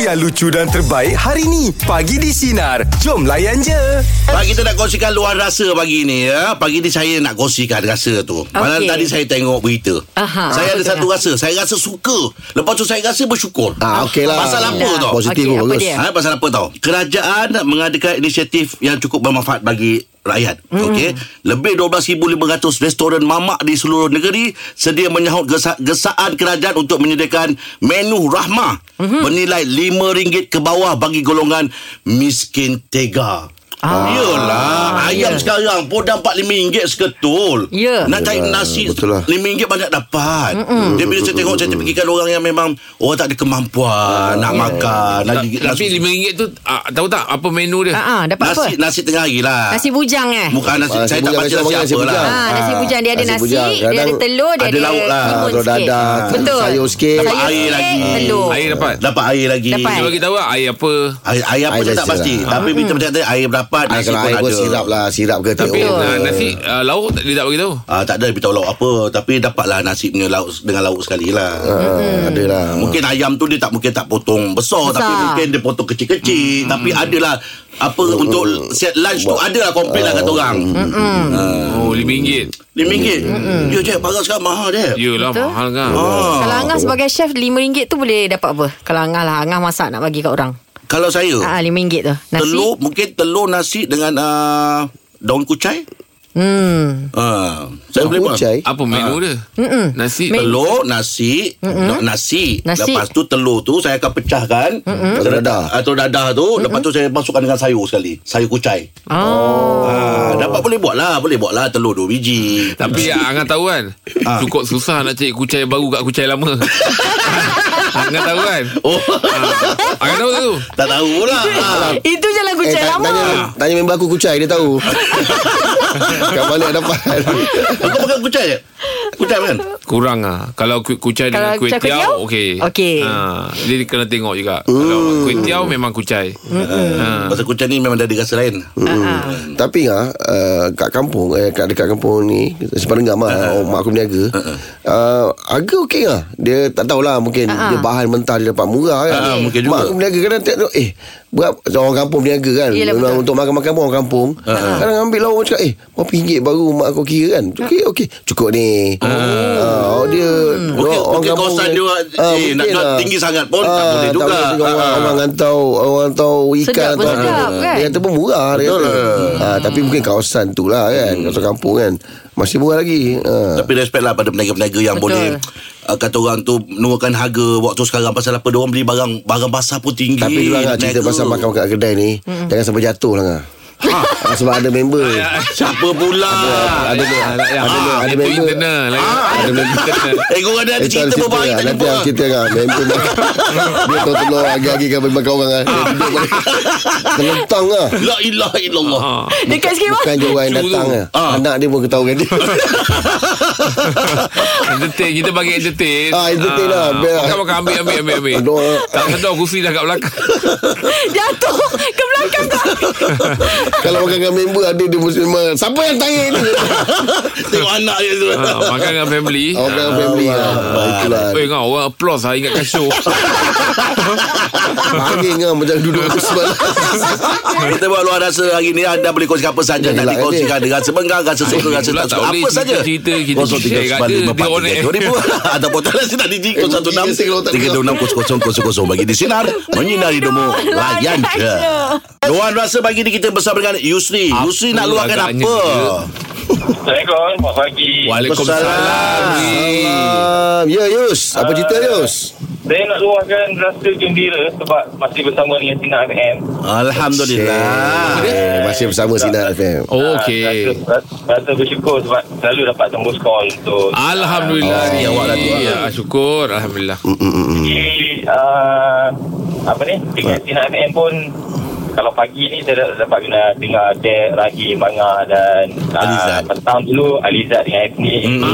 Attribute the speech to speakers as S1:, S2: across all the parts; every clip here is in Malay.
S1: yang lucu dan terbaik hari ni. Pagi di Sinar. Jom layan je.
S2: Pak kita nak kongsikan luar rasa pagi ni ya. Pagi ni saya nak kongsikan rasa tu. Malam
S3: Okey.
S2: tadi saya tengok berita.
S3: Aha. lah.
S2: saya ada
S3: Betul
S2: satu rasa. Saya rasa suka. Lepas tu saya rasa bersyukur.
S4: Ah, okey lah.
S2: Pasal apa
S3: Alhamdulillah.
S2: tau?
S4: Positif
S3: Okey,
S4: pun
S3: apa
S4: bagus.
S3: dia?
S2: Ha, pasal apa tau? Kerajaan mengadakan inisiatif yang cukup bermanfaat bagi rakyat. Mm. Okey. Lebih 12,500 restoran mamak di seluruh negeri sedia menyahut gesa- gesaan kerajaan untuk menyediakan menu rahmah mm-hmm. bernilai RM5 ke bawah bagi golongan miskin tega. Ah, ya. Yalah Ayam sekarang Podang RM45 seketul
S3: Ya.
S2: Nak cari
S4: Yalah,
S2: nasi
S4: betul lah.
S2: RM5 banyak dapat Mm-mm. Dia bila saya tengok Saya terfikirkan orang yang memang Orang tak ada kemampuan Nak makan Nak
S5: Ta-
S2: gigit
S5: Tapi
S2: nasi.
S5: RM5 tu ah, Tahu tak apa menu dia
S3: Ah, ah, dapat
S2: Nasi
S3: apa?
S2: nasi tengah hari lah
S3: Nasi bujang eh?
S2: Bukan nasi
S4: Nasi
S2: Saya tak
S4: bujang,
S2: baca
S4: nasi
S2: nasi
S4: bujang, nasi
S2: apa lah
S4: bujang.
S3: Ah, nasi
S4: Ah,
S3: bujang dia ada
S4: nasi
S3: nasi,
S4: bujang.
S3: dia ada
S4: Kadang
S3: telur, dia
S2: ada
S3: ada,
S2: lauk lah.
S3: timun
S4: Telur
S3: sikit.
S4: dadah,
S3: Betul.
S4: sayur sikit.
S3: Sayur
S2: Dapat air
S3: sikit,
S2: lagi.
S3: telur.
S5: Air dapat
S2: Dapat air lagi
S3: Dapat.
S5: Cuba kita tahu lah air apa
S2: Air, air apa
S4: Air
S2: tu tak
S4: biasa
S2: pasti
S4: lah.
S2: Tapi bila macam tadi Air dapat
S4: Air
S2: Nasi
S4: kalau
S2: pun
S4: air pun
S2: ada
S4: sirap lah Sirap ke teh
S5: Tapi
S4: O ke.
S5: ah, nasi ah, lauk tak- dia tak bagi tahu
S2: Ah, tak ada beritahu lauk apa Tapi dapatlah nasi punya lauk Dengan lauk sekali lah
S4: Ah, Ada lah
S2: Mungkin ayam tu dia tak mungkin tak potong besar,
S3: Besar.
S2: tapi mungkin dia potong kecil-kecil tapi adalah apa untuk set lunch tu adalah komplain lah kata orang. Hmm.
S5: Oh RM5
S2: RM5. Ya je barang sekarang mahal dia.
S5: Yelah
S3: Betul.
S5: mahal kan
S2: Ah.
S3: Kalau Angah sebagai chef RM5 tu boleh dapat apa? Kalau Angah lah Angah masak nak bagi kat orang.
S2: Kalau saya
S3: Ha ah, RM5 tu. Nasi.
S2: telur mungkin telur nasi dengan ah, daun kucai.
S3: Hmm.
S2: Ah, saya
S4: Saya
S2: boleh buat.
S4: kucai
S5: Apa menu dia Nasi
S2: Telur, nasi, mm nasi.
S3: Nasi.
S2: Lepas tu telur tu saya akan pecahkan. Mm-hmm.
S4: Telur dadah.
S2: Atau dadah tu. Lepas tu saya masukkan dengan sayur sekali. Sayur kucai.
S3: Oh.
S2: Ah, dapat boleh buat lah Boleh buat lah Telur dua biji
S5: Tapi Angah tahu kan Cukup susah nak cari kucai baru kat kucai lama Angah tahu kan
S2: Oh
S5: Angah tahu tak tu
S2: Tak tahu pula Ah.
S3: Itu je lagu eh,
S4: Eh, ta-
S3: lama.
S4: tanya, tanya member aku kucai Dia tahu Kat balik dapat
S2: Kau makan kucai je Kucai kan
S5: Kurang lah Kalau ku- kucai
S3: Kalau
S5: dengan kuih
S3: kucai
S5: tiaw
S3: kuih tiaw?
S5: Okey
S3: Okey.
S5: ha, Dia kena tengok juga Kalau kuih tiaw memang kucai
S2: Ah,
S5: Ah.
S2: Pasal kucai ni memang ada rasa lain
S4: Hmm. Tapi ah uh, kat kampung eh kat dekat kampung ni Separenggam
S2: Hmm.
S4: ah uh, mak aku berniaga. Uh, harga okey ah. Dia tak tahulah mungkin
S3: Ah,
S4: dia bahan mentah dia dapat murah kan.
S2: Ah, mungkin
S4: mak
S2: juga.
S4: aku berniaga kadang tengok eh berat orang kampung berniaga kan.
S3: Yelah,
S4: Memang
S3: betul.
S4: untuk makan-makan pun orang kampung.
S2: Ah,
S4: Kadang ambil lauk cakap eh berapa ringgit baru mak aku kira kan.
S3: Ah.
S4: Okey okey cukup ni. Ah oh, dia
S2: Hmm. Mungkin, mungkin kawasan dia
S4: Ah,
S2: eh, nak,
S4: mungkin
S2: nak
S4: lah.
S2: tinggi sangat pun Tak
S4: Ah,
S2: boleh juga
S4: Tak boleh juga.
S2: Ah.
S4: Orang hantar Orang hantar ikan
S3: Sedap pun
S4: atau apa.
S3: sedap, kan?
S4: Dia kata pun murah dia
S2: Betul
S4: kata.
S2: lah. Hmm.
S4: ha, Tapi mungkin kawasan tu lah kan Kawasan kampung kan Masih murah lagi ha.
S2: Tapi respect lah pada peniaga-peniaga yang
S3: Betul.
S2: boleh uh, Kata orang tu menurunkan harga waktu sekarang Pasal apa Diorang beli barang Barang basah pun tinggi
S4: Tapi dulu lah cerita
S2: Peniaga.
S4: pasal makan kat kedai ni Jangan sampai jatuh lah Angah. ha. Sebab ada member
S2: Siapa pula
S4: Ada ada ada Ah, ya. ada- Ah, ada
S5: Itu
S4: member
S5: internal lah. Ada member internal
S2: Eh korang dah ada
S4: Eh, tak
S2: cerita
S4: ada
S2: berbaik
S4: lah.
S2: tak
S4: Nanti
S2: jumpa
S4: aku cerita kan Member makan Dia tahu telur Agak-agak kan makan orang kan Dia duduk balik. Terlentang lah
S2: La ilaha illallah
S4: Ah.
S3: Dekat sikit
S4: Bukan
S3: pun.
S4: je orang yang
S5: Lucu
S4: datang
S5: tu.
S4: lah
S2: Ah.
S4: Anak dia pun ketahuan dia
S5: Entertain Kita bagi entertain
S4: Ah, entertain lah. Biar-
S5: Bukan makan ambil ambil ambil, ambil.
S4: Aduh.
S5: Tak sedar kursi dah kat belakang
S3: Jatuh ke belakang Ya, tak.
S4: Kalau makan dengan member Ada dia mesti memang Siapa yang tanya ni
S2: Tengok anak dia tu
S5: ha,
S4: Ah.
S5: Makan dengan family
S4: Orang dengan family lah Itulah
S5: Eh kau orang applause lah Ingatkan show
S4: Angin kan Macam duduk aku semalam
S2: Kita buat luar rasa hari ni Anda boleh kongsikan apa saja
S4: Yelah,
S2: Nanti
S4: kan,
S2: kongsikan dengan sebengang Rasa suka, rasa
S5: Ay, pula
S2: tak
S5: tak
S2: suka
S5: boleh
S2: Apa saja
S5: cerita-cerita kita share kat dia, dia on air.
S2: 0395432000 Ataupun tak nasi tadi
S4: Eh, bunyi dia kalau tak
S2: Di 3260000 Bagi di sinar Menyinari demo Layan je Luar rasa pagi ni kita bersama dengan Yusri Yusri nak luahkan
S5: agaknya
S2: apa?
S6: Assalamualaikum, selamat pagi.
S5: Waalaikumsalam
S4: Salam Ya Yus Apa cerita
S2: Ah,
S4: Yus
S6: Saya nak luahkan rasa gembira sebab masih bersama dengan Sinar FM.
S5: lah.
S2: Alhamdulillah
S4: Eh, Masih bersama Sinar FM
S5: Oh,
S6: Ah,
S5: Okey
S6: Rasa, rasa bersyukur sebab selalu dapat tembus call untuk
S5: Alhamdulillah
S4: Ah,
S5: ni awak lah ya, Syukur Alhamdulillah
S4: Mm.
S6: Jadi, ah, apa ni? Dengan Sinar FM pun kalau pagi ni saya dah dapat kena dengar Dek, Rahim, Banga dan ah,
S2: Alizad.
S6: petang dulu Alizat dengan Efni.
S5: Hmm.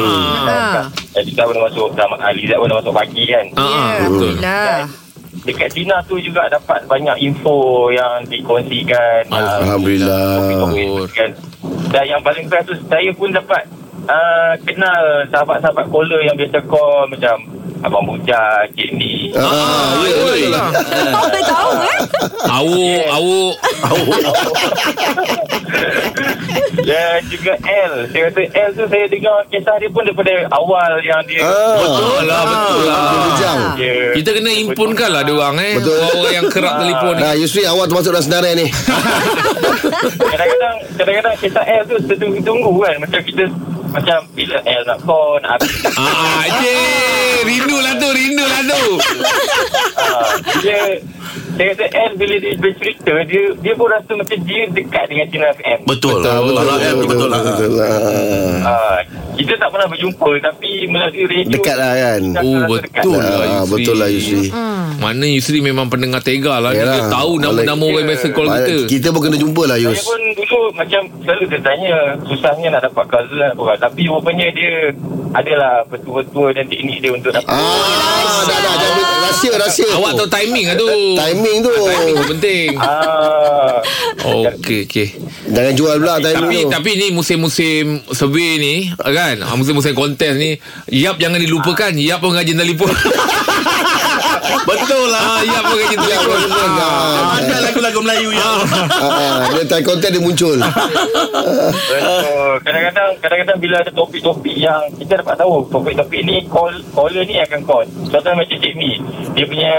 S3: Ah.
S6: Jadi kita pun dah masuk dah- Alizat pun dah masuk pagi kan.
S5: Ah,
S3: Ya,
S5: betul.
S3: Alhamdulillah.
S6: Dekat Sina tu juga dapat banyak info yang dikongsikan. Ah,
S4: Alhamdulillah
S5: Syukur
S6: kan dan yang paling best tu saya pun dapat uh, kenal sahabat-sahabat caller yang biasa call macam Abang Buja, Cik Ni.
S5: Ah,
S2: Ah,
S5: oi, oi.
S4: lah.
S3: Kau boleh tahu eh
S5: Awuk, awuk.
S6: Dan juga L. Saya kata L tu saya dengar kisah dia pun daripada awal yang dia...
S4: Ah,
S5: Betul lah, betul lah.
S4: Bujang.
S6: dia
S5: Kita kena impunkan lah dia orang eh.
S4: Betul.
S5: Orang yang kerap telefon ni.
S4: Nah, Yusri awak termasuk dalam senarai ni.
S6: Kadang-kadang Kadang-kadang kisah L tu Tertunggu-tunggu kan Macam kita Macam bila L nak call Nak habis
S5: Ah, cik. Rindu lah tu, rindu lah tu.
S6: Ah, Dia Saya kata L bila dia bercerita Dia dia pun rasa macam dia dekat dengan Cina FM
S2: Betul. Kalau
S5: eh,
S2: M tu betul lah.
S4: betul lah.
S6: Ah, Kita tak pernah berjumpa Tapi melalui radio
S4: Dekat lah kan.
S6: kita
S5: Oh,
S6: rasa dekat.
S5: betul lah
S4: Ah,
S5: Yusri.
S4: betul lah, Yusri.
S5: Mana Yusri memang pendengar tega lah. ni.
S4: Yalah.
S5: Dia tahu nama-nama
S4: Kalau-
S5: orang biasa call kita.
S4: Kita pun kena jumpa lah
S6: Saya
S4: Yus.
S6: pun dulu macam selalu tertanya susahnya nak dapat cousin nak dapat orang. Tapi rupanya dia adalah petua-petua dan teknik dia untuk dapat.
S4: Ah, dah dah jangan rahsia rahsia.
S5: Awak tahu timing lah tu.
S4: timing tu.
S5: Timing tu penting.
S6: Ah.
S5: Okey, okey.
S4: Jangan jual pula timing
S5: Tapi
S4: tu.
S5: tapi ni musim-musim survey ni kan ah, musim-musim kontes ni Yap jangan dilupakan Yap pun rajin telefon
S2: Betul lah.
S5: ah, Yap pun rajin telefon ah.
S2: Ada lagu-lagu Melayu ya.
S4: Ah, ah, dia time content dia muncul.
S6: Betul. Kadang-kadang kadang-kadang bila ada topik-topik yang kita dapat tahu topik-topik ni call caller ni akan call. Contoh macam Cik Mi, dia punya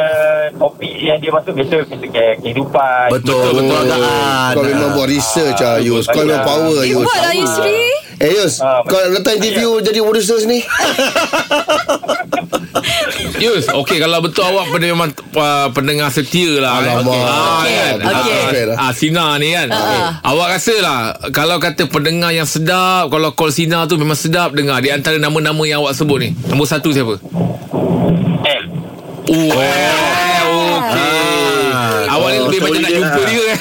S6: topik yang dia masuk biasa ke- kehidupan.
S5: Oh,
S2: Betul, betul
S5: lah.
S2: keadaan.
S4: Oh, Kau memang buat research ah Yus. Kau memang power
S3: You
S4: Yus.
S3: buat lah Yusri
S4: Eh Yus,
S6: Ah,
S4: kau letak interview jadi producer sini.
S5: Yus Okey kalau betul awak pen- memang uh, pendengar setia lah eh.
S4: Alamak.
S5: ah,
S3: Okey,
S5: kan?
S3: okey.
S5: Ah, ah, Sina ni kan Awak rasa lah Kalau kata pendengar yang sedap Kalau call Sina tu memang sedap dengar Di antara nama-nama yang awak sebut ni Nombor satu siapa?
S6: L.
S5: Oh, eh, Okey Awak ni
S2: Oh,
S5: lebih macam
S2: sorry
S5: nak
S2: dia
S5: jumpa
S2: lah.
S5: dia kan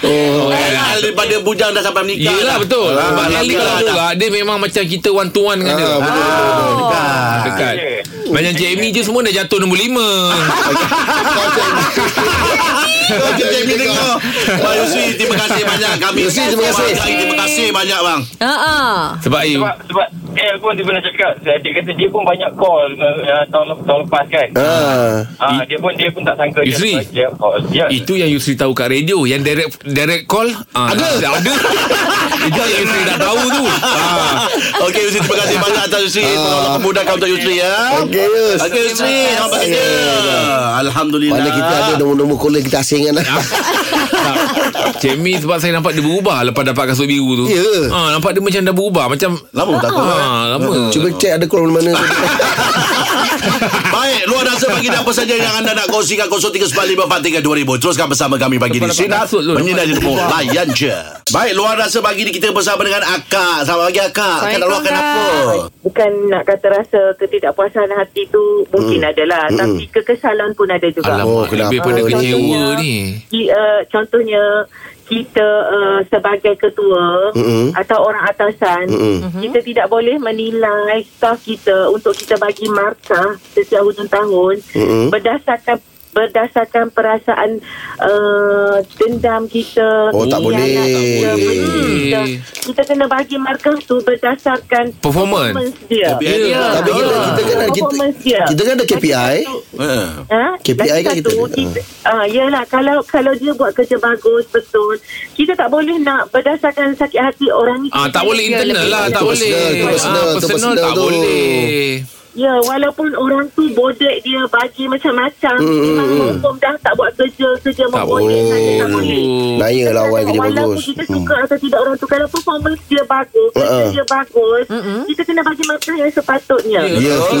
S2: Kenal daripada bujang dah sampai menikah.
S5: Yelah
S2: dah.
S5: betul
S2: Ah,
S5: Abang
S2: dah
S5: Ali
S2: menikah
S5: kalau
S2: dah.
S5: betul lah Dia memang macam kita one to one dengan dia
S4: Ah, betul,
S5: Ah,
S4: betul, betul.
S5: Dekat
S6: Ya.
S5: Macam Cik Amy E je semua dah jatuh nombor lima
S2: Kau Cik Mi dengar. Pak Yusri, terima kasih banyak kami.
S4: Yusri, terima kasih.
S2: Terima kasih banyak bang.
S3: Ha ah.
S5: Sebab eh,
S6: Sebab, sebab L pun dia pernah cakap saya dia kata dia pun banyak call uh, uh, tahun, tahun lepas kan.
S4: Ah.
S6: Ah, dia pun dia pun tak sangka
S5: Yusri.
S6: dia, dia call. Ya.
S5: Itu yang Yusri tahu kat radio Yang direct direct call ah, Ada Ada Itu yang Yusri dah tahu tu ah.
S2: Okey Yusri, terima kasih banyak atas Yusri. Tolong memudahkan untuk Yusri ya.
S4: Okey Yus.
S2: Okey Yusri, apa kerja? Alhamdulillah.
S4: Mana kita ada nombor-nombor caller kita asing kan.
S5: Cik Amy sebab saya nampak dia berubah Lepas dapat kasut biru tu
S4: Ya. Oh,
S5: ah, Nampak dia macam dah berubah Macam
S2: Lama tak tahu.
S5: ah, Lama
S4: Cuba check ada call mana
S2: Baik, luar rasa bagi apa saja yang anda nak kongsikan 0395432000. Teruskan bersama kami bagi di
S5: Lepas
S2: sini.
S5: dapat kasut tu,
S2: Menyinari
S5: nampak
S2: demo layan je. Baik, luar rasa bagi ni kita bersama dengan Akak. Selamat pagi Akak. Akak nak luahkan
S3: Assalamualaikum,
S2: apa?
S7: bukan nak kata rasa ketidakpuasan hati tu mungkin
S4: Mm.
S7: hmm. adalah hmm. tapi kekesalan pun ada juga.
S5: Alamak
S4: Oh,
S5: oh,
S4: kenapa?
S5: Lebih pada
S7: Contohnya-
S5: kecewa ni
S7: Ki, uh, contohnya kita uh, sebagai ketua
S4: Mm-mm.
S7: atau orang atasan
S4: Mm-mm.
S7: kita tidak boleh menilai staf kita untuk kita bagi markah setiap hujung tahun
S4: Mm-mm.
S7: berdasarkan berdasarkan perasaan uh, dendam kita
S4: Oh, tak boleh.
S7: khianat kita,
S4: Tak boleh.
S7: kita, kita kena bagi markah tu berdasarkan
S5: Performance.
S7: performance dia
S2: Ya.
S4: Tapi kita kita kan ada kita,
S7: Performance dia.
S4: kita kan ada KPI.
S2: Eh.
S7: Ha?
S4: KPI
S7: Lagi
S4: kan kita
S7: satu,
S4: ada.
S7: kita ah yalah kalau kalau dia buat kerja bagus betul, kita tak boleh nak berdasarkan sakit hati orang ni.
S5: Ah tak boleh
S3: Dia
S5: internal
S3: lebih-
S5: lah tak
S4: Itu
S5: boleh.
S4: personal, itu personal,
S5: ah,
S4: itu
S5: personal
S4: personal
S5: tak
S4: tu.
S5: boleh.
S7: Ya, walaupun orang tu bodek dia bagi macam-macam,
S4: Hmm,
S7: memang
S4: hmm,
S7: hukum dah tak buat kerja, kerja memboleh saja tak boleh.
S4: Naya lah awal kerja
S7: Walaupun
S4: bagus.
S7: kita suka hmm. atau tidak orang tu Kalau performance dia bagus
S4: Ha, ha.
S7: Kerja dia bagus Kita kena bagi makan yang sepatutnya
S4: Ya, setuju,
S5: Ah,
S4: setuju,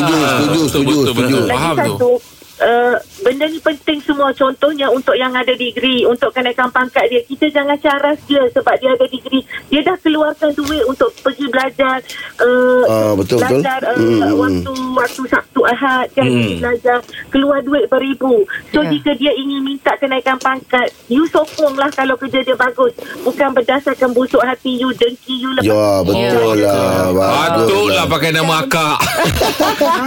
S4: setuju,
S5: betul, betul,
S4: setuju.
S5: betul. Faham
S7: Lagi
S5: tu.
S7: satu Uh, benda ni penting semua contohnya untuk yang ada degree untuk kenaikan pangkat dia kita jangan caras dia sebab dia ada degree dia dah keluarkan duit untuk pergi belajar uh,
S4: Ah, betul, betul.
S7: belajar uh,
S4: Hmm.
S7: waktu waktu Sabtu Ahad kan
S2: Hmm.
S7: pergi belajar keluar duit beribu so
S3: Ya.
S7: yeah. jika dia ingin minta kenaikan pangkat you sokong lah kalau kerja dia bagus bukan berdasarkan busuk hati you dengki you lepas
S4: Ya, betul lah. Bagus
S5: Patutlah pakai nama akak.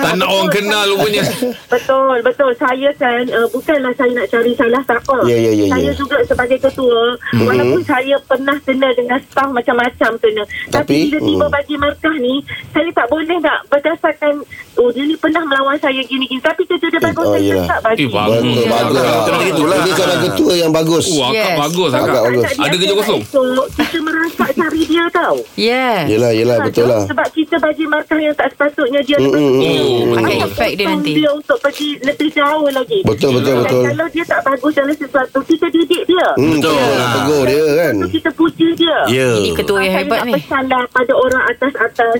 S5: tak nak orang kenal rupanya.
S7: Betul, betul. Saya, saya kan uh, bukanlah saya nak cari salah siapa.
S4: Ya, ya, ya, ya.
S7: saya
S4: Mhm.
S7: juga sebagai ketua mm-hmm. walaupun saya pernah kena dengan staf macam-macam kena. Tapi, Tapi
S4: Tapi,
S7: bila tiba
S4: mm.
S7: bagi markah ni saya tak boleh nak berdasarkan oh dia ni pernah melawan saya gini-gini tapi kerja dia bagus
S4: oh,
S7: saya
S4: yelah.
S7: tak bagi.
S5: Eh,
S4: Bagus,
S5: bagus. Ya.
S4: bagus. lah.
S5: Betul, betul, betul,
S2: betul.
S4: Ini seorang ketua yang bagus.
S5: Oh, akak
S3: Yes.
S5: bagus
S4: Agak
S5: akak.
S4: bagus.
S5: Ada kerja kosong?
S7: Esok, kita merasak cari dia tau.
S3: Yeah.
S4: Yelah, yelah, betul lah.
S7: Sebab kita bagi markah yang tak sepatutnya dia
S4: Mm, mm, mm,
S5: Oh,
S4: mm.
S3: Akan
S7: Apa
S3: efek dia
S7: potong
S3: nanti.
S7: dia untuk pergi lebih jauh lagi.
S4: Betul, betul,
S7: Dan
S4: betul.
S7: Kalau dia tak bagus dalam sesuatu, kita didik dia.
S4: Hmm,
S2: Betul.
S4: tegur- Tegur dia kan.
S7: So, kita puji dia.
S2: Ya.
S3: Ini ketua yang
S7: Saya
S3: hebat
S7: nak
S3: ni.
S7: pesanlah pada orang atas-atas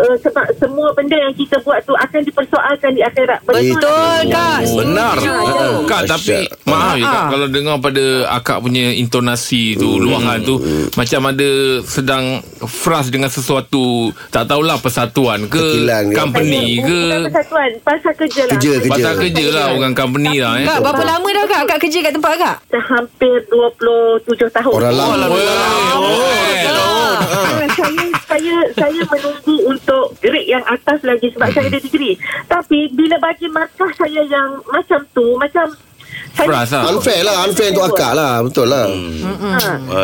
S7: uh, sebab semua benda yang kita buat tu akan dipersoalkan di akhirat.
S3: Betul kak.
S2: Benar.
S3: Setuju.
S2: Oh,
S5: Kak tapi Maaf ya Kak
S3: Ah.
S5: Kalau dengar pada Akak punya intonasi
S2: Hmm.
S5: tu Luahan tu Macam ada Sedang Frust dengan sesuatu Tak tahulah persatuan ke
S4: Perkilan ke
S5: Company
S7: Saya-
S5: ke
S7: Bukan persatuan, pasal kerja lah.
S4: Kerja, kerja.
S5: Pasal kerja lah Orang company lah eh.
S3: Kak berapa lama dah kak Kak kerja kat tempat kak
S7: Dah hampir 27 tahun.
S4: Orang lama.
S5: Weh, Oh,
S7: Ah, saya saya saya menunggu untuk grade yang atas lagi
S4: Hmm.
S7: sebab saya ada degree. Tapi bila bagi markah saya yang macam tu, macam saya
S5: Frust lah.
S4: Unfair lah. Unfair untuk akak lah. Betul lah.
S7: Ha.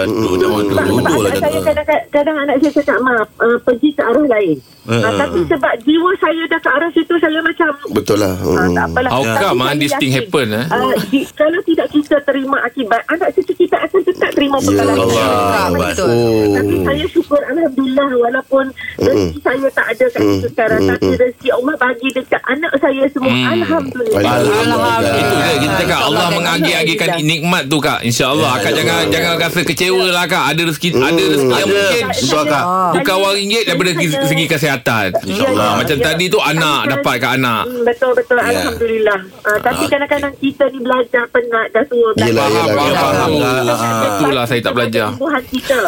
S2: Aduh, dah mahu
S7: Sebab, sebab
S2: duduk lah
S7: anak saya
S2: kata.
S7: kadang-kadang, kadang anak saya cakap ma uh, pergi ke arah lain.
S2: Eh,
S7: Uh,
S2: eh.
S7: tapi sebab jiwa saya dah ke arah situ saya macam
S4: Betul lah.
S7: Ah,
S4: Hmm.
S7: tak apalah.
S5: How
S7: Tapi
S5: come,
S7: saya
S5: ah, this
S7: yakin,
S5: thing happen, eh?
S7: ah, di- kalau tidak kita terima akibat, anak cucu kita akan tetap terima perkara
S4: Ya
S7: kita.
S2: Allah.
S5: Ah,
S3: Kak
S2: baik.
S3: betul
S4: Oh.
S7: Tapi saya syukur Alhamdulillah Walaupun Rezeki saya tak ada kat situ sekarang Tapi rezeki Allah bagi Dekat anak saya semua
S5: Mm.
S7: Alhamdulillah
S5: Alhamdulillah. Itu dia kita cakap
S3: InsyaAllah
S5: Allah
S3: akan
S5: mengagi-agikan
S3: ada.
S5: nikmat tu kak. Insya-Allah
S2: Ya,
S5: akak jangan jangan rasa kecewa lah kak. Ada rezeki ada rezeki
S2: Hmm,
S5: yang
S2: ada.
S5: mungkin
S2: Betul, Kak.
S5: bukan wang ringgit daripada
S7: saya-
S5: segi kesihatan.
S2: InsyaAllah.
S5: Macam tadi tu anak dapat kat anak.
S7: Betul-betul Mm, Alhamdulillah Ah, Tapi kadang-kadang kita ni belajar penat Dah tua kan? belajar.
S4: Yelah,
S5: Faham,
S4: yelah.
S5: faham,
S4: yelah.
S5: faham.
S2: Ah,
S5: Itulah saya tak belajar.
S7: Tumbuhan kita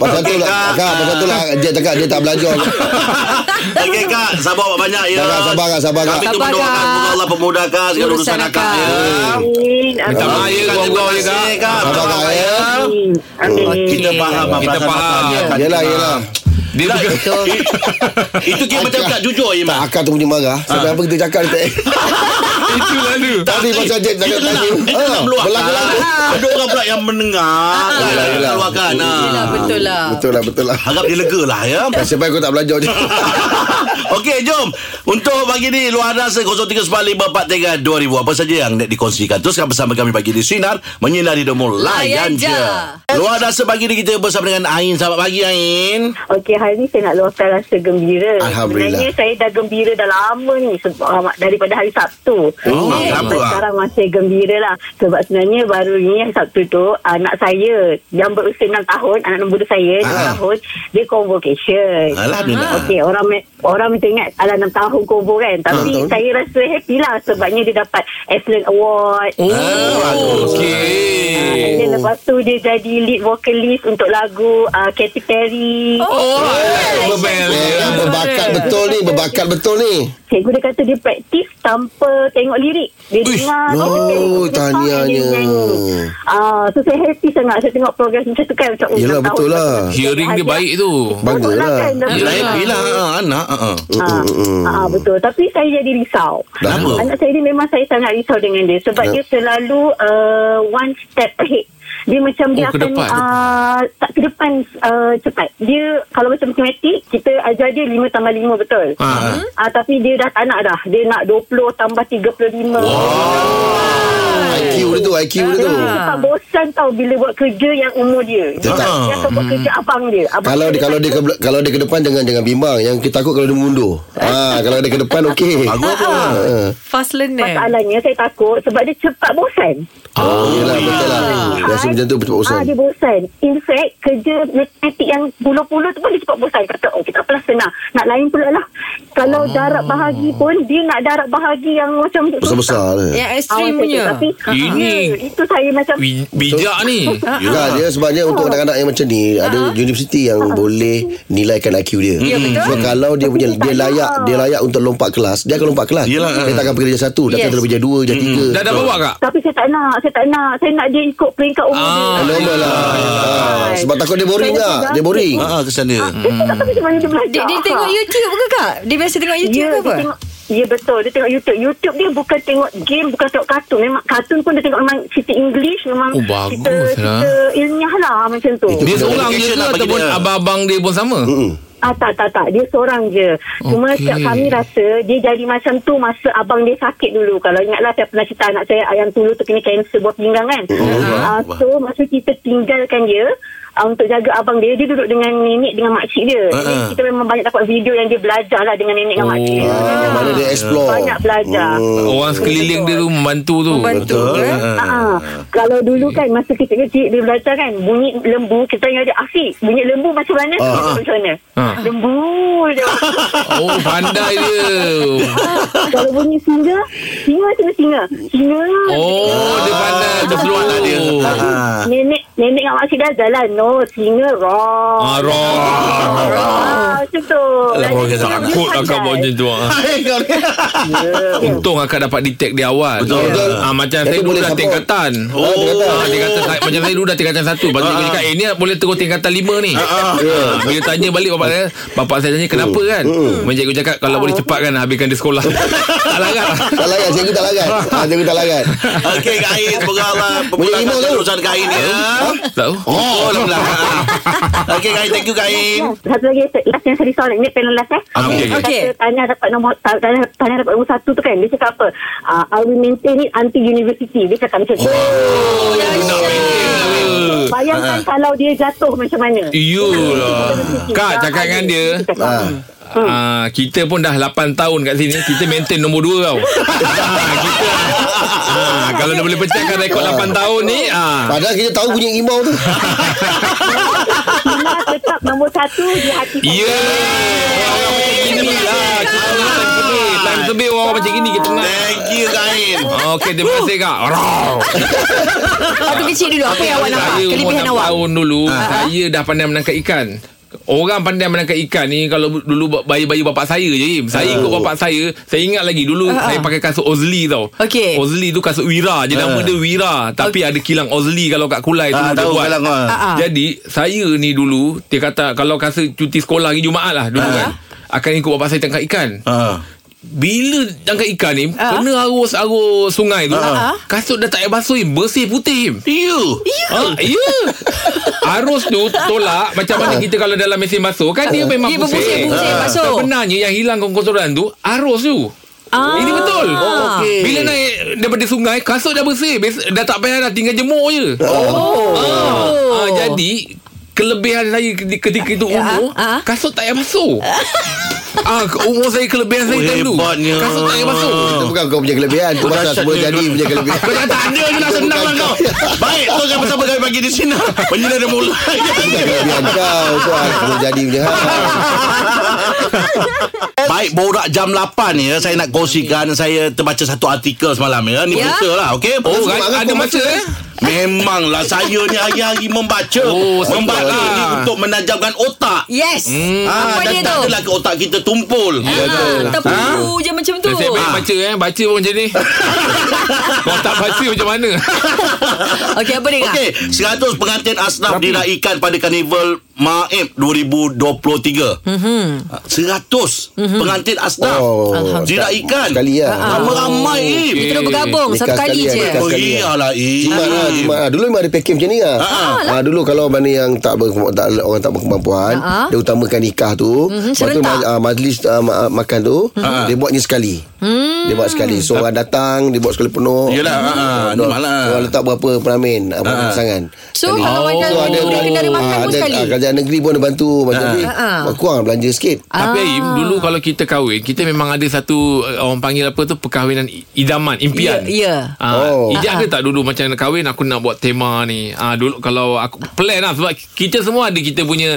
S4: Pasal tu lah. Kak, pasal tu lah. Dia cakap dia tak belajar.
S2: Okey Kak, sabar banyak ya.
S4: Sabar, sabar, Kak, sabar, Kak.
S2: Kami tu
S3: Sabar,
S2: mendoakan
S3: Kak.
S2: moga Allah pemudahkan segala
S3: Urusan
S2: urusan Akak
S3: Akak.
S2: ya.
S7: Amin
S5: Eh. Minta maaf ya
S2: Kak,
S5: gua-gua ya kak.
S2: Kak.
S4: Sabar, Kak, ya.
S7: Amin Amin
S2: Kita faham apa ya.
S5: Kita faham.
S4: Yelah, yelah.
S5: Dia
S2: Lah,
S5: bukan
S2: Itu kira macam tak jujur ya, Mak.
S4: Akak tu punya marah. Sampai apa kita cakap dia tak...
S5: itulah tu.
S4: Tadi pasal Jack
S2: Dia
S4: cakap
S2: tak nak
S4: tadi. Ha,
S2: Dia tak nak meluahkan
S4: Berlaku-laku.
S2: Ada orang pula yang mendengar
S3: Ah,
S4: Yelah,
S2: Yang
S4: yelah.
S2: Meluahkan ah.
S3: Yelah, Betul lah
S4: Betul lah, betul lah.
S2: Harap dia lega lah ya
S4: Nasib baik kau tak belajar je.
S2: Okey jom Untuk pagi ni Luar rasa 0345432000 Apa saja yang nak dikongsikan Teruskan bersama kami Pagi di Sinar Menyinari demo Layan
S3: Layan
S2: je
S3: je.
S2: Luar rasa pagi ni Kita bersama dengan Ain Selamat pagi Ain
S7: Okey, hari ni saya nak luahkan rasa gembira.
S4: Alhamdulillah.
S7: Sebenarnya saya dah gembira dah lama ni se- ah, daripada hari
S2: Oh,
S7: Sabtu.
S2: kenapa,
S7: Sampai
S2: ah?
S7: sekarang masih gembira lah. Sebab sebenarnya baru ni hari Sabtu tu, anak saya yang berusia 6 tahun, anak nombor saya 6
S2: Ah.
S7: tahun, dia convocation. Ah.
S2: Alhamdulillah
S7: Okey, orang me- orang macam ingat ala 6 tahun kubur kan. Tapi
S4: Ah, tahun.
S7: saya rasa happy lah sebabnya dia dapat excellent award.
S5: Oh, okey.
S7: And then lepas tu dia jadi lead vocalist untuk lagu uh, Katy Perry.
S5: Oh, berbel.
S4: Eh, Berbakat betul ni, berbakat betul ni.
S7: Cikgu dia kata dia praktis tanpa tengok lirik. Dia
S5: Uish,
S7: dengar.
S4: oh,
S7: dia tengok, dia
S4: tahniahnya.
S7: dia nyanyi. Ah, so saya happy sangat. Saya tengok progres macam tu kan. Macam, oh,
S4: Yelah,
S7: tak tahu
S4: betul
S7: tak
S4: lah.
S7: tahu.
S5: Hearing dia baik tu.
S4: Bangga
S7: Betul
S4: lah.
S7: kan? Dah
S2: Yelah,
S7: betul.
S2: yelah ah, anak ah, ah.
S4: Mm,
S7: Ah, ah, betul. Tapi saya jadi risau.
S2: Kenapa?
S7: Anak saya ni memang saya sangat risau dengan dia sebab
S4: Ya.
S7: dia selalu uh, one step ahead. Dia macam dia
S5: Oh, ke
S7: akan
S5: depan.
S7: Uh, tak ke depan uh, cepat. Dia kalau macam matematik kita ajar dia 5 tambah 5 betul.
S5: Ha.
S7: Ah, tapi dia dah tak nak dah. Dia nak 20 tambah 35.
S4: IQ dia tu, IQ dia tu.
S7: Dia cepat bosan tau bila buat kerja yang umur dia. Dia
S2: tak-
S7: dia akan buat kerja abang dia. Abang
S4: Kalau dia
S7: dia
S4: kalau dia ke, kalau dia ke depan jangan jangan bimbang. Yang kita takut kalau dia mundur. Ha, kalau dia ke depan okey.
S2: Bagus tu.
S4: Ha.
S3: Fast eh? learner
S7: Masalahnya saya takut sebab dia cepat bosan.
S2: Ah.
S4: Yelah betul lah. Rasa macam tu betul
S7: Ah,
S4: bosan.
S7: dia bosan. In fact, kerja matematik yang puluh-puluh tu pun dia cepat bosan. Kata, oh, kita apalah senang. Nak lain pula lah. Kalau
S4: Ah.
S7: darat bahagi pun, dia nak darat bahagi yang macam tu.
S4: Besar-besar dia.
S3: Yang
S7: Ah,
S3: ekstrim
S7: macam tu.
S3: punya
S7: Tapi,
S5: Ini.
S7: ya, itu saya macam,
S5: Bi- Bijak ni.
S4: Yelah dia sebabnya untuk anak-anak yang macam ni ada universiti yang boleh nilaikan IQ dia. Hmm. Sebab kalau dia punya dia layak dia layak untuk lompat kelas, dia akan lompat kelas.
S2: Yelah,
S4: Dia tak akan pergi darjah 1, dia akan
S3: Yes.
S4: terus darjah 2, darjah 3.
S5: ah. Hmm, Dah dah bawa kak?
S7: tapi saya tak nak. Saya tak nak. Saya nak dia ikut peringkat umur
S5: Ah,
S7: dia.
S4: Normal lah. Ah, sebab takut dia boring
S7: Saya
S4: lah.
S7: sudah-
S4: Dia boring.
S2: Ah, ah, kesan dia.
S7: Dia tak tahu macam mana dia belajar.
S3: dia, dia tengok YouTube ke kak Dia biasa tengok YouTube
S7: Ya,
S3: ke apa
S7: Dia tengok, Ya betul Dia tengok YouTube YouTube dia bukan tengok game Bukan tengok kartun Memang kartun pun dia tengok Memang cerita English Memang
S5: Oh, bagus
S7: cerita,
S5: lah.
S7: cerita ilmiah lah Macam tu
S5: Dia seorang je
S2: Education
S5: ke
S2: lah bagi
S5: ataupun
S2: dia.
S5: abang-abang dia pun sama?
S7: Ah, tak, tak, tak. Dia seorang je. Cuma
S5: Okey.
S7: okay. kami rasa dia jadi macam tu masa abang dia sakit dulu. Kalau ingatlah saya pernah cerita anak saya ayam tulu tu kena kanser buah pinggang kan. Ah,
S2: wah.
S7: so masa kita tinggalkan dia ah, untuk jaga abang dia, dia duduk dengan nenek dengan makcik dia.
S2: Ah, ah.
S7: Uh-huh. Kita memang banyak dapat video yang dia belajar lah dengan nenek dengan
S5: Oh.
S7: makcik dia.
S4: Ah, Mana dia explore
S7: Banyak belajar.
S5: Orang sekeliling dia tu membantu tu.
S3: Membantu.
S2: Betul.
S3: Betul.
S2: Ha.
S7: Ah, kalau dulu kan masa kita kecil dia belajar kan bunyi lembu kita ingat dia afi bunyi lembu macam mana
S4: Ah.
S7: macam mana
S5: Ah.
S7: lembu dia
S5: Oh, pandai dia.
S7: Kalau bunyi singa Singa macam mana singa Singa
S5: Oh, dia pandai. lah Dia slow.
S2: Pandai dia.
S5: Ah,
S2: Ha.
S7: Nenek Nenek kat makcik dah jalan No singa raw
S5: Ah, roh.
S7: Ah, Macam tu
S2: orang kata
S5: Takut akak buat macam tu. ah.
S2: Eh,
S7: Ah.
S5: Untung akak dapat detect dia awal.
S2: Betul.
S5: Betul. Ah, macam
S4: Dia
S5: saya
S4: tu
S5: dulu
S4: boleh
S5: dah
S4: support.
S5: tingkatan.
S4: Ah, dia kata,
S5: Ah, dia kata saya, macam saya dulu dah tingkatan satu. Lepas tu dia cakap, eh ni boleh terus tingkatan lima ni. Ah, Bila tanya balik bapak saya, bapak saya tanya kenapa kan? Macam cikgu cakap, kalau boleh cepat kan habiskan dia sekolah. tak larat lah.
S4: Tak larat Cikgu tak larat ah, Cikgu tak larat
S2: Okey Kak Ain Semoga Allah
S4: Boleh
S2: Memulakan
S4: email tu?
S2: urusan Kak Ain ya
S5: Ah. Tahu?
S2: Oh lah lah Okey Kak Ain Thank you Kak Ain
S7: satu lagi last yang saya risau ni panel last eh
S5: Ah, okey,
S7: Dia
S3: okey.
S7: kata Tanya dapat nombor ta- tanya, tanya dapat nombor satu tu kan Dia cakap apa uh, I will maintain it until university Dia cakap macam tu
S5: Oh, Ah.
S7: Bayangkan kalau dia jatuh macam mana
S5: Yulah. Eh, Kak cakap dengan dia,
S4: ah.
S5: ah, kita pun dah 8 tahun kat sini, kita maintain nombor 2 tau. ah, kita ah, kalau dia boleh pecahkan rekod 8 tahun ni, ah.
S4: Padahal kita tahu bunyi imau tu
S7: Cuma tetap nombor satu Di hati
S5: Ya.
S7: saya.
S5: Orang macam gini lah. Kita ni time sebih. Time sebih orang macam gini kita nak.
S2: Thank you Kak Ain
S5: Okey, terima kasih Kak. Arau.
S3: Waktu kecil dulu Apa yang awak nampak
S5: Saya umur
S3: Kelebihan
S5: 6
S3: awak
S5: tahun dulu Saya dah pandai menangkap ikan Orang pandai menangkap ikan ni Kalau dulu bayi-bayi bapak saya je Im. Saya ikut bapak saya Saya ingat lagi dulu Saya pakai kasut Ozli tau
S3: Okey.
S5: Ozli tu kasut Wira je Nama dia Wira Tapi ada kilang Ozli Kalau kat Kulai tu
S2: Ah,
S5: dia
S2: tahu
S5: buat
S2: kalau kau.
S3: Ah.
S5: Jadi Saya ni dulu Dia kata Kalau kasa cuti sekolah hari Jumaat lah Dulu kan Akan ikut bapak saya tangkap ikan
S2: Ah.
S5: bila tangkap ikan ni
S3: Ah.
S5: Kena arus-arus sungai tu Kasut dah tak payah basuh Im. Bersih putih Im.
S2: You
S5: Ah, ya. Arus tu tolak macam mana kita kalau dalam mesin basuh kan dia memang
S3: Ah. Dia berbusir-busir
S5: Ah.
S3: basuh.
S5: Sebenarnya yang hilang kotoran tu arus tu.
S3: Ah.
S5: Ini betul.
S3: Oh,
S2: okey.
S5: Bila naik daripada sungai, kasut dah bersih. Bes- Dah tak payah dah tinggal jemur je.
S3: Oh
S5: Ah, jadi kelebihan saya ke- ketika itu
S3: Ya,
S5: umur
S3: ah.
S5: kasut tak payah basuh. ah, ke- umur saya kelebihan saya
S2: Oh,
S5: time tu.
S2: hebatnya.
S5: Kasut tak payah basuh.
S4: Itu bukan kau punya kelebihan Itu pasal semua jadi punya kelebihan
S5: Kau tak ada je lah senang lah kau.
S2: Baik Kau akan bersama kami pagi di sini Penyelan dah mulai
S4: Bukan kelebihan kau Tuan Semua jadi punya hal
S2: Baik borak jam 8 ya Saya nak kongsikan Saya terbaca satu artikel semalam ya Ni
S3: Ya?
S2: berita lah Okay
S5: Oh, ada masa eh?
S2: Memanglah saya ni hari-hari membaca
S5: Oh, sebab
S2: Membaca
S5: lah.
S2: ni untuk menajamkan otak
S3: Yes
S5: Hmm.
S3: Apa
S2: Ah,
S3: dia
S2: dan tak
S3: tu
S5: lah.
S2: adalah ke otak kita tumpul
S3: Ah, Tepu je macam tu
S5: Nasib baik baca eh Baca pun macam ni Kau tak baca macam mana
S3: Okey apa dia Kak?
S2: Okey, 100 pengantin asnaf diraikan pada Karnival Maib 2023. Mhm. 100
S3: Mhm.
S2: pengantin asnaf
S4: Oh,
S2: diraikan.
S4: sekali
S3: Ah,
S4: lah.
S2: Ramai-ramai. Im.
S3: Kita dah bergabung
S4: Nikah
S3: Satu kali
S4: sekalian,
S3: je
S4: nikah
S2: Oh,
S4: sekali, ah.
S2: iyalah. Im.
S4: Jimat lah, jimat lah. Dulu memang ada package macam ni lah.
S2: Ah,
S4: Ah, dulu kalau mana yang tak, ber, tak orang tak berkemampuan,
S3: Ah.
S4: dia utamakan nikah tu.
S3: Mhm,
S4: Lepas tu
S3: serentak.
S4: ma- ah, majlis ah, ma- ah, makan tu, dia buatnya sekali. Dia buat sekali. So orang datang, dia buat sekali penuh.
S2: Yelah, ah, ah,
S4: Dia-
S2: nikmat lah.
S4: Orang letak berapa peramin, ah, berapa pasangan.
S3: So kalau macam
S4: So ada
S3: Dia kena ada makan
S4: ah,
S3: pun
S4: ada-
S3: sekali
S4: ah, kerajaan negeri pun ada bantu macam ni. Kurang belanja sikit.
S5: Tapi Aim
S3: Ah.
S5: Dulu kalau kita kahwin Kita memang ada satu eh, Orang panggil apa tu Perkahwinan i- idaman Impian
S3: Ya, ya.
S5: Ah,
S4: Oh.
S5: Ijak ada tak dulu Macam nak kahwin Aku nak buat tema ni ah, Dulu kalau aku Plan lah Sebab kita semua ada Kita punya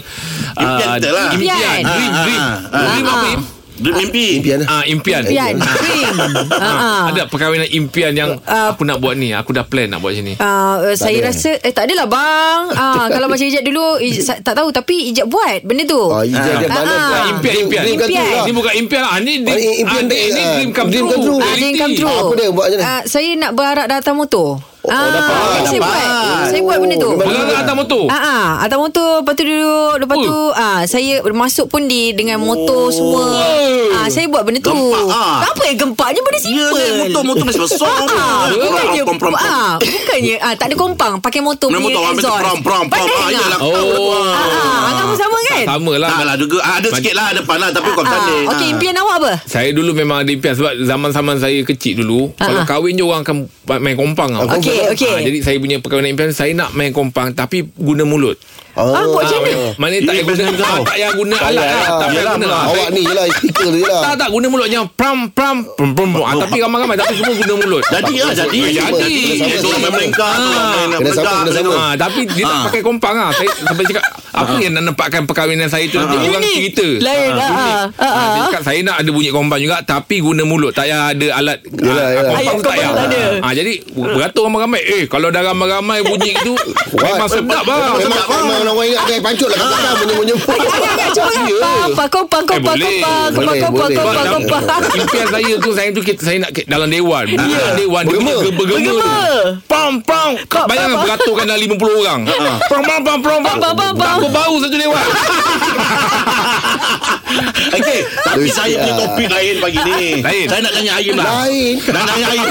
S2: Impian
S5: ah,
S2: kita lah.
S5: Impian
S3: Impian.
S5: Dream
S2: Ah,
S5: Dream
S2: ah, ah.
S5: Dream apa Im
S2: Dream mimpi.
S4: Impian lah.
S5: Ah, impian.
S3: Impian.
S5: Ah.
S3: Dream.
S5: Ah,
S3: Ya, Ah.
S5: Ada perkahwinan impian yang
S3: Ah.
S5: aku nak buat ni. Aku dah plan nak buat macam ni.
S3: Uh, saya
S4: ada.
S3: rasa Eh tak adalah bang ah, Kalau macam Ijat dulu Ijat, sa- Tak tahu Tapi Ijat buat Benda tu
S4: Ah, ijaz dia
S3: Ah,
S4: mana
S3: ah.
S4: buat?
S5: Impian, impian.
S4: Dream kan tu
S3: Impian.
S4: lah.
S5: Ini bukan impian lah. Ini,
S4: Ah, ini
S5: dream,
S4: impian
S5: ah,
S4: dia,
S5: ini
S4: ah.
S5: dream come
S4: Dream
S5: true.
S4: come true.
S3: Ah, dream
S5: Reality.
S3: come true.
S4: Ah, apa dia? Buat macam mana?
S3: Ah, saya nak beranak datang motor. Oh, ah, dapat.
S2: dapat.
S3: Saya buat. Saya buat benda tu.
S4: Memang
S5: Belakang atas motor
S3: Ah, ah, atas motor Lepas tu duduk Lepas tu ah, Saya masuk pun di Dengan motor semua ah, Saya buat benda tu
S2: Gempak, ah.
S3: Apa yang gempaknya Benda
S2: Ya,
S3: simple
S2: motor-motor ni besar.
S3: Ah, bukannya
S2: Perempuan-perempuan.
S3: ah, Bukannya ah, Tak ada kompang Pakai motor
S2: Nama
S3: punya
S2: motor ambil tu
S3: exhaust
S2: pram pram pram.
S3: Pandai
S2: Ah,
S3: tak?
S2: yalah.
S5: Oh.
S2: Ah,
S3: Ah, ah, Angah pun sama kan
S5: Sama lah
S2: Tak lah juga Ah, Ada sikit lah Depan lah Tapi bukan
S3: ah,
S2: tanding
S3: Okey
S2: Ah.
S3: impian awak apa
S5: Saya dulu memang ada impian Sebab zaman-zaman saya kecil dulu
S3: Ah,
S5: Kalau
S3: ah.
S5: kahwin je orang akan Main kompang tau.
S3: Okey, okey.
S5: Ah, Jadi saya punya perkahwinan impian Saya nak main kompang Tapi guna mulut
S3: Ah, buat macam mana
S5: Mana tak
S2: Ini
S5: payah guna
S2: business
S5: ah,
S2: kau.
S5: Tak payah guna
S4: Tak
S5: alat
S4: payah.
S5: lah Tak payah
S2: Yelah,
S5: guna
S2: belah.
S5: Saya-
S4: Awak ni je lah Speaker je lah
S5: Tak tak guna mulut je Pram pram pram pram ah, Tapi ramai-ramai Tapi semua guna mulut
S2: Jadi lah Jadi
S5: Jadi.
S2: Jadi Orang main melengkar tu,
S3: Ah.
S2: orang main nak
S4: Kena sama,
S2: bergak,
S4: kena
S2: tengok.
S4: sama.
S5: Ha, tapi dia
S2: Ah.
S5: tak pakai kompang lah. Saya sampai cakap, apa yang nak nampakkan perkahwinan saya tu
S3: ah.
S5: nanti orang
S3: Unik.
S5: cerita.
S3: Lain lah ah,
S5: Ha,
S3: ah,
S5: saya
S3: ah.
S5: cakap saya nak ada bunyi kompang juga tapi guna mulut. Tak payah ada alat
S4: Yelah, yelah.
S5: kompang
S3: Ayat
S5: tak
S3: kompang tak
S5: payah.
S3: ada.
S5: Ha, jadi beratur ramai-ramai. Eh, kalau dah ramai-ramai bunyi itu memang
S3: Ah,
S5: sedap lah.
S4: Memang, memang orang ingat Kayak pancut lah Kat belakang menyembunyi
S3: Jangan cuba kompang Kompang kompang Kompang Kompang
S5: Eh, boleh.
S4: Boleh,
S3: kompang
S4: boleh.
S5: Sebab
S3: Kompang
S5: dalam-
S3: kompang
S5: Impian saya tu Saya tu kita, Saya nak ke- dalam dewan Bukan dalam dewan Dia
S4: Bergema.
S5: punya Bergema tu.
S3: Ya. Bergema.
S5: Pam pam
S3: Kau,
S5: Bayangkan
S3: pam, pam.
S5: beratur kan dalam 50 orang Pam pam
S3: Pam,
S5: pam pam
S3: pam,
S5: pam
S3: pam.
S5: Tak berbau satu dewan
S2: Okey, tapi
S4: Terus,
S2: saya punya
S4: ah.
S2: topik lain pagi ni.
S5: Lain.
S2: Saya nak tanya Aim lah.
S4: Lain.
S2: Nak tanya Aim.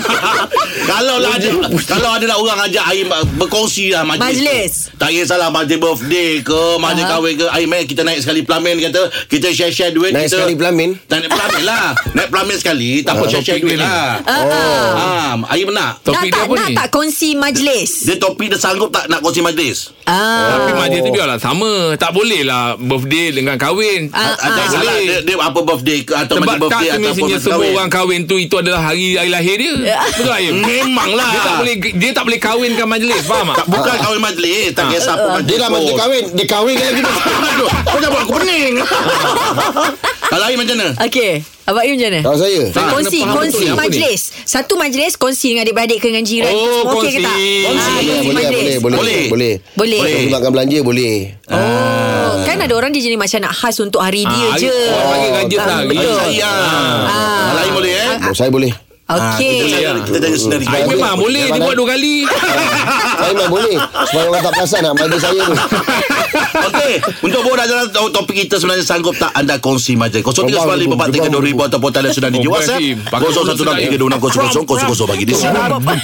S2: kalau lah ada kalau ada lah orang ajak Aim berkongsi lah majlis.
S3: Majlis.
S2: tu. Tak kisahlah majlis birthday ke, majlis
S3: Aha.
S2: kahwin ke. Aim eh, kita naik sekali pelamin kata, kita share-share duit
S4: Naik
S2: kita.
S4: sekali pelamin?
S2: Tak naik pelamin lah. naik pelamin sekali, tak apa share-share
S5: Ah, Topik
S2: duit
S5: dia ni. Oh.
S2: lah.
S3: Ah, ah.
S2: Ah, Aim nak.
S3: Nak
S5: Topik dia
S3: tak
S5: apa
S3: Nak
S5: ni
S3: tak kongsi majlis
S2: Dia topik dia sanggup tak nak kongsi majlis?
S3: Ah,
S5: Tapi majlis tu biarlah sama Tak boleh lah Birthday dengan kahwin
S3: Ah,
S2: Ah, tak
S5: ah.
S2: salah dia, dia apa birthday ke atau
S5: Sebab
S2: majlis
S5: tak
S2: birthday ataupun
S5: semestinya
S2: majlis
S5: Semua
S2: kahwin.
S5: orang kahwin tu Itu adalah hari hari lahir dia Betul Aim
S2: Memanglah.
S5: Dia tak boleh Dia tak boleh kahwinkan majlis Faham tak?
S2: Tak, bukan kahwin majlis
S5: Ah.
S2: Tak kisah
S3: Ah.
S2: apa majlis
S4: Dia lah majlis
S2: pun.
S4: kahwin Dia kahwin kan lagi dia
S2: Aduh Kau dah buat aku pening Kalau Aim macam mana?
S3: Okey Abang Im macam mana
S4: Kalau saya
S5: Tak,
S3: Kongsi
S5: kena faham
S3: Kongsi
S5: betul ni, Ah, apa
S3: majlis Satu majlis Kongsi dengan adik-beradik Ke dengan jiran
S5: Oh,
S3: Semua okey ke
S5: kongsi.
S3: tak
S5: Kongsi.
S3: Ah,
S4: Boleh boleh boleh boleh
S2: Boleh.
S4: Boleh
S3: Boleh.
S4: Nak Makan belanja boleh
S3: Oh, Kan ada orang dia jenis macam Nak khas untuk hari dia
S5: Ah, hari-
S3: je
S5: Orang
S4: Oh,
S5: panggil raja
S4: tak,
S5: sehari Ah.
S2: Bagi saya lah. Kalau Aim boleh eh Ah,
S4: Oh, Saya boleh
S3: Okey
S2: Kita lah. tanya- Kita tanya sendiri
S5: Aim Ah, memang boleh
S4: Dia
S5: Dibuat
S4: pandai.
S5: dua kali
S4: Saya memang boleh Supaya orang tak perasan Nak majlis saya tu
S2: Okey Untuk borak dalam to- topik kita Sebenarnya sanggup tak anda kongsi majlis 0395432000 Ataupun talian sudah di
S5: Oh,
S2: WhatsApp
S5: Ibrahim. Pakai
S2: kosong 000 bagi di sini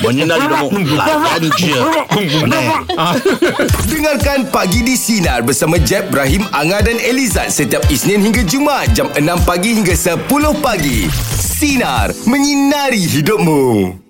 S2: Menyinari demo Layan
S5: ya.
S2: je Pening
S1: Dengarkan Pagi di Sinar bersama Jeb, Ibrahim, Anga dan Elizad setiap Isnin hingga Jumaat jam 6 pagi hingga 10 pagi. Sinar. Menyinari hidupmu.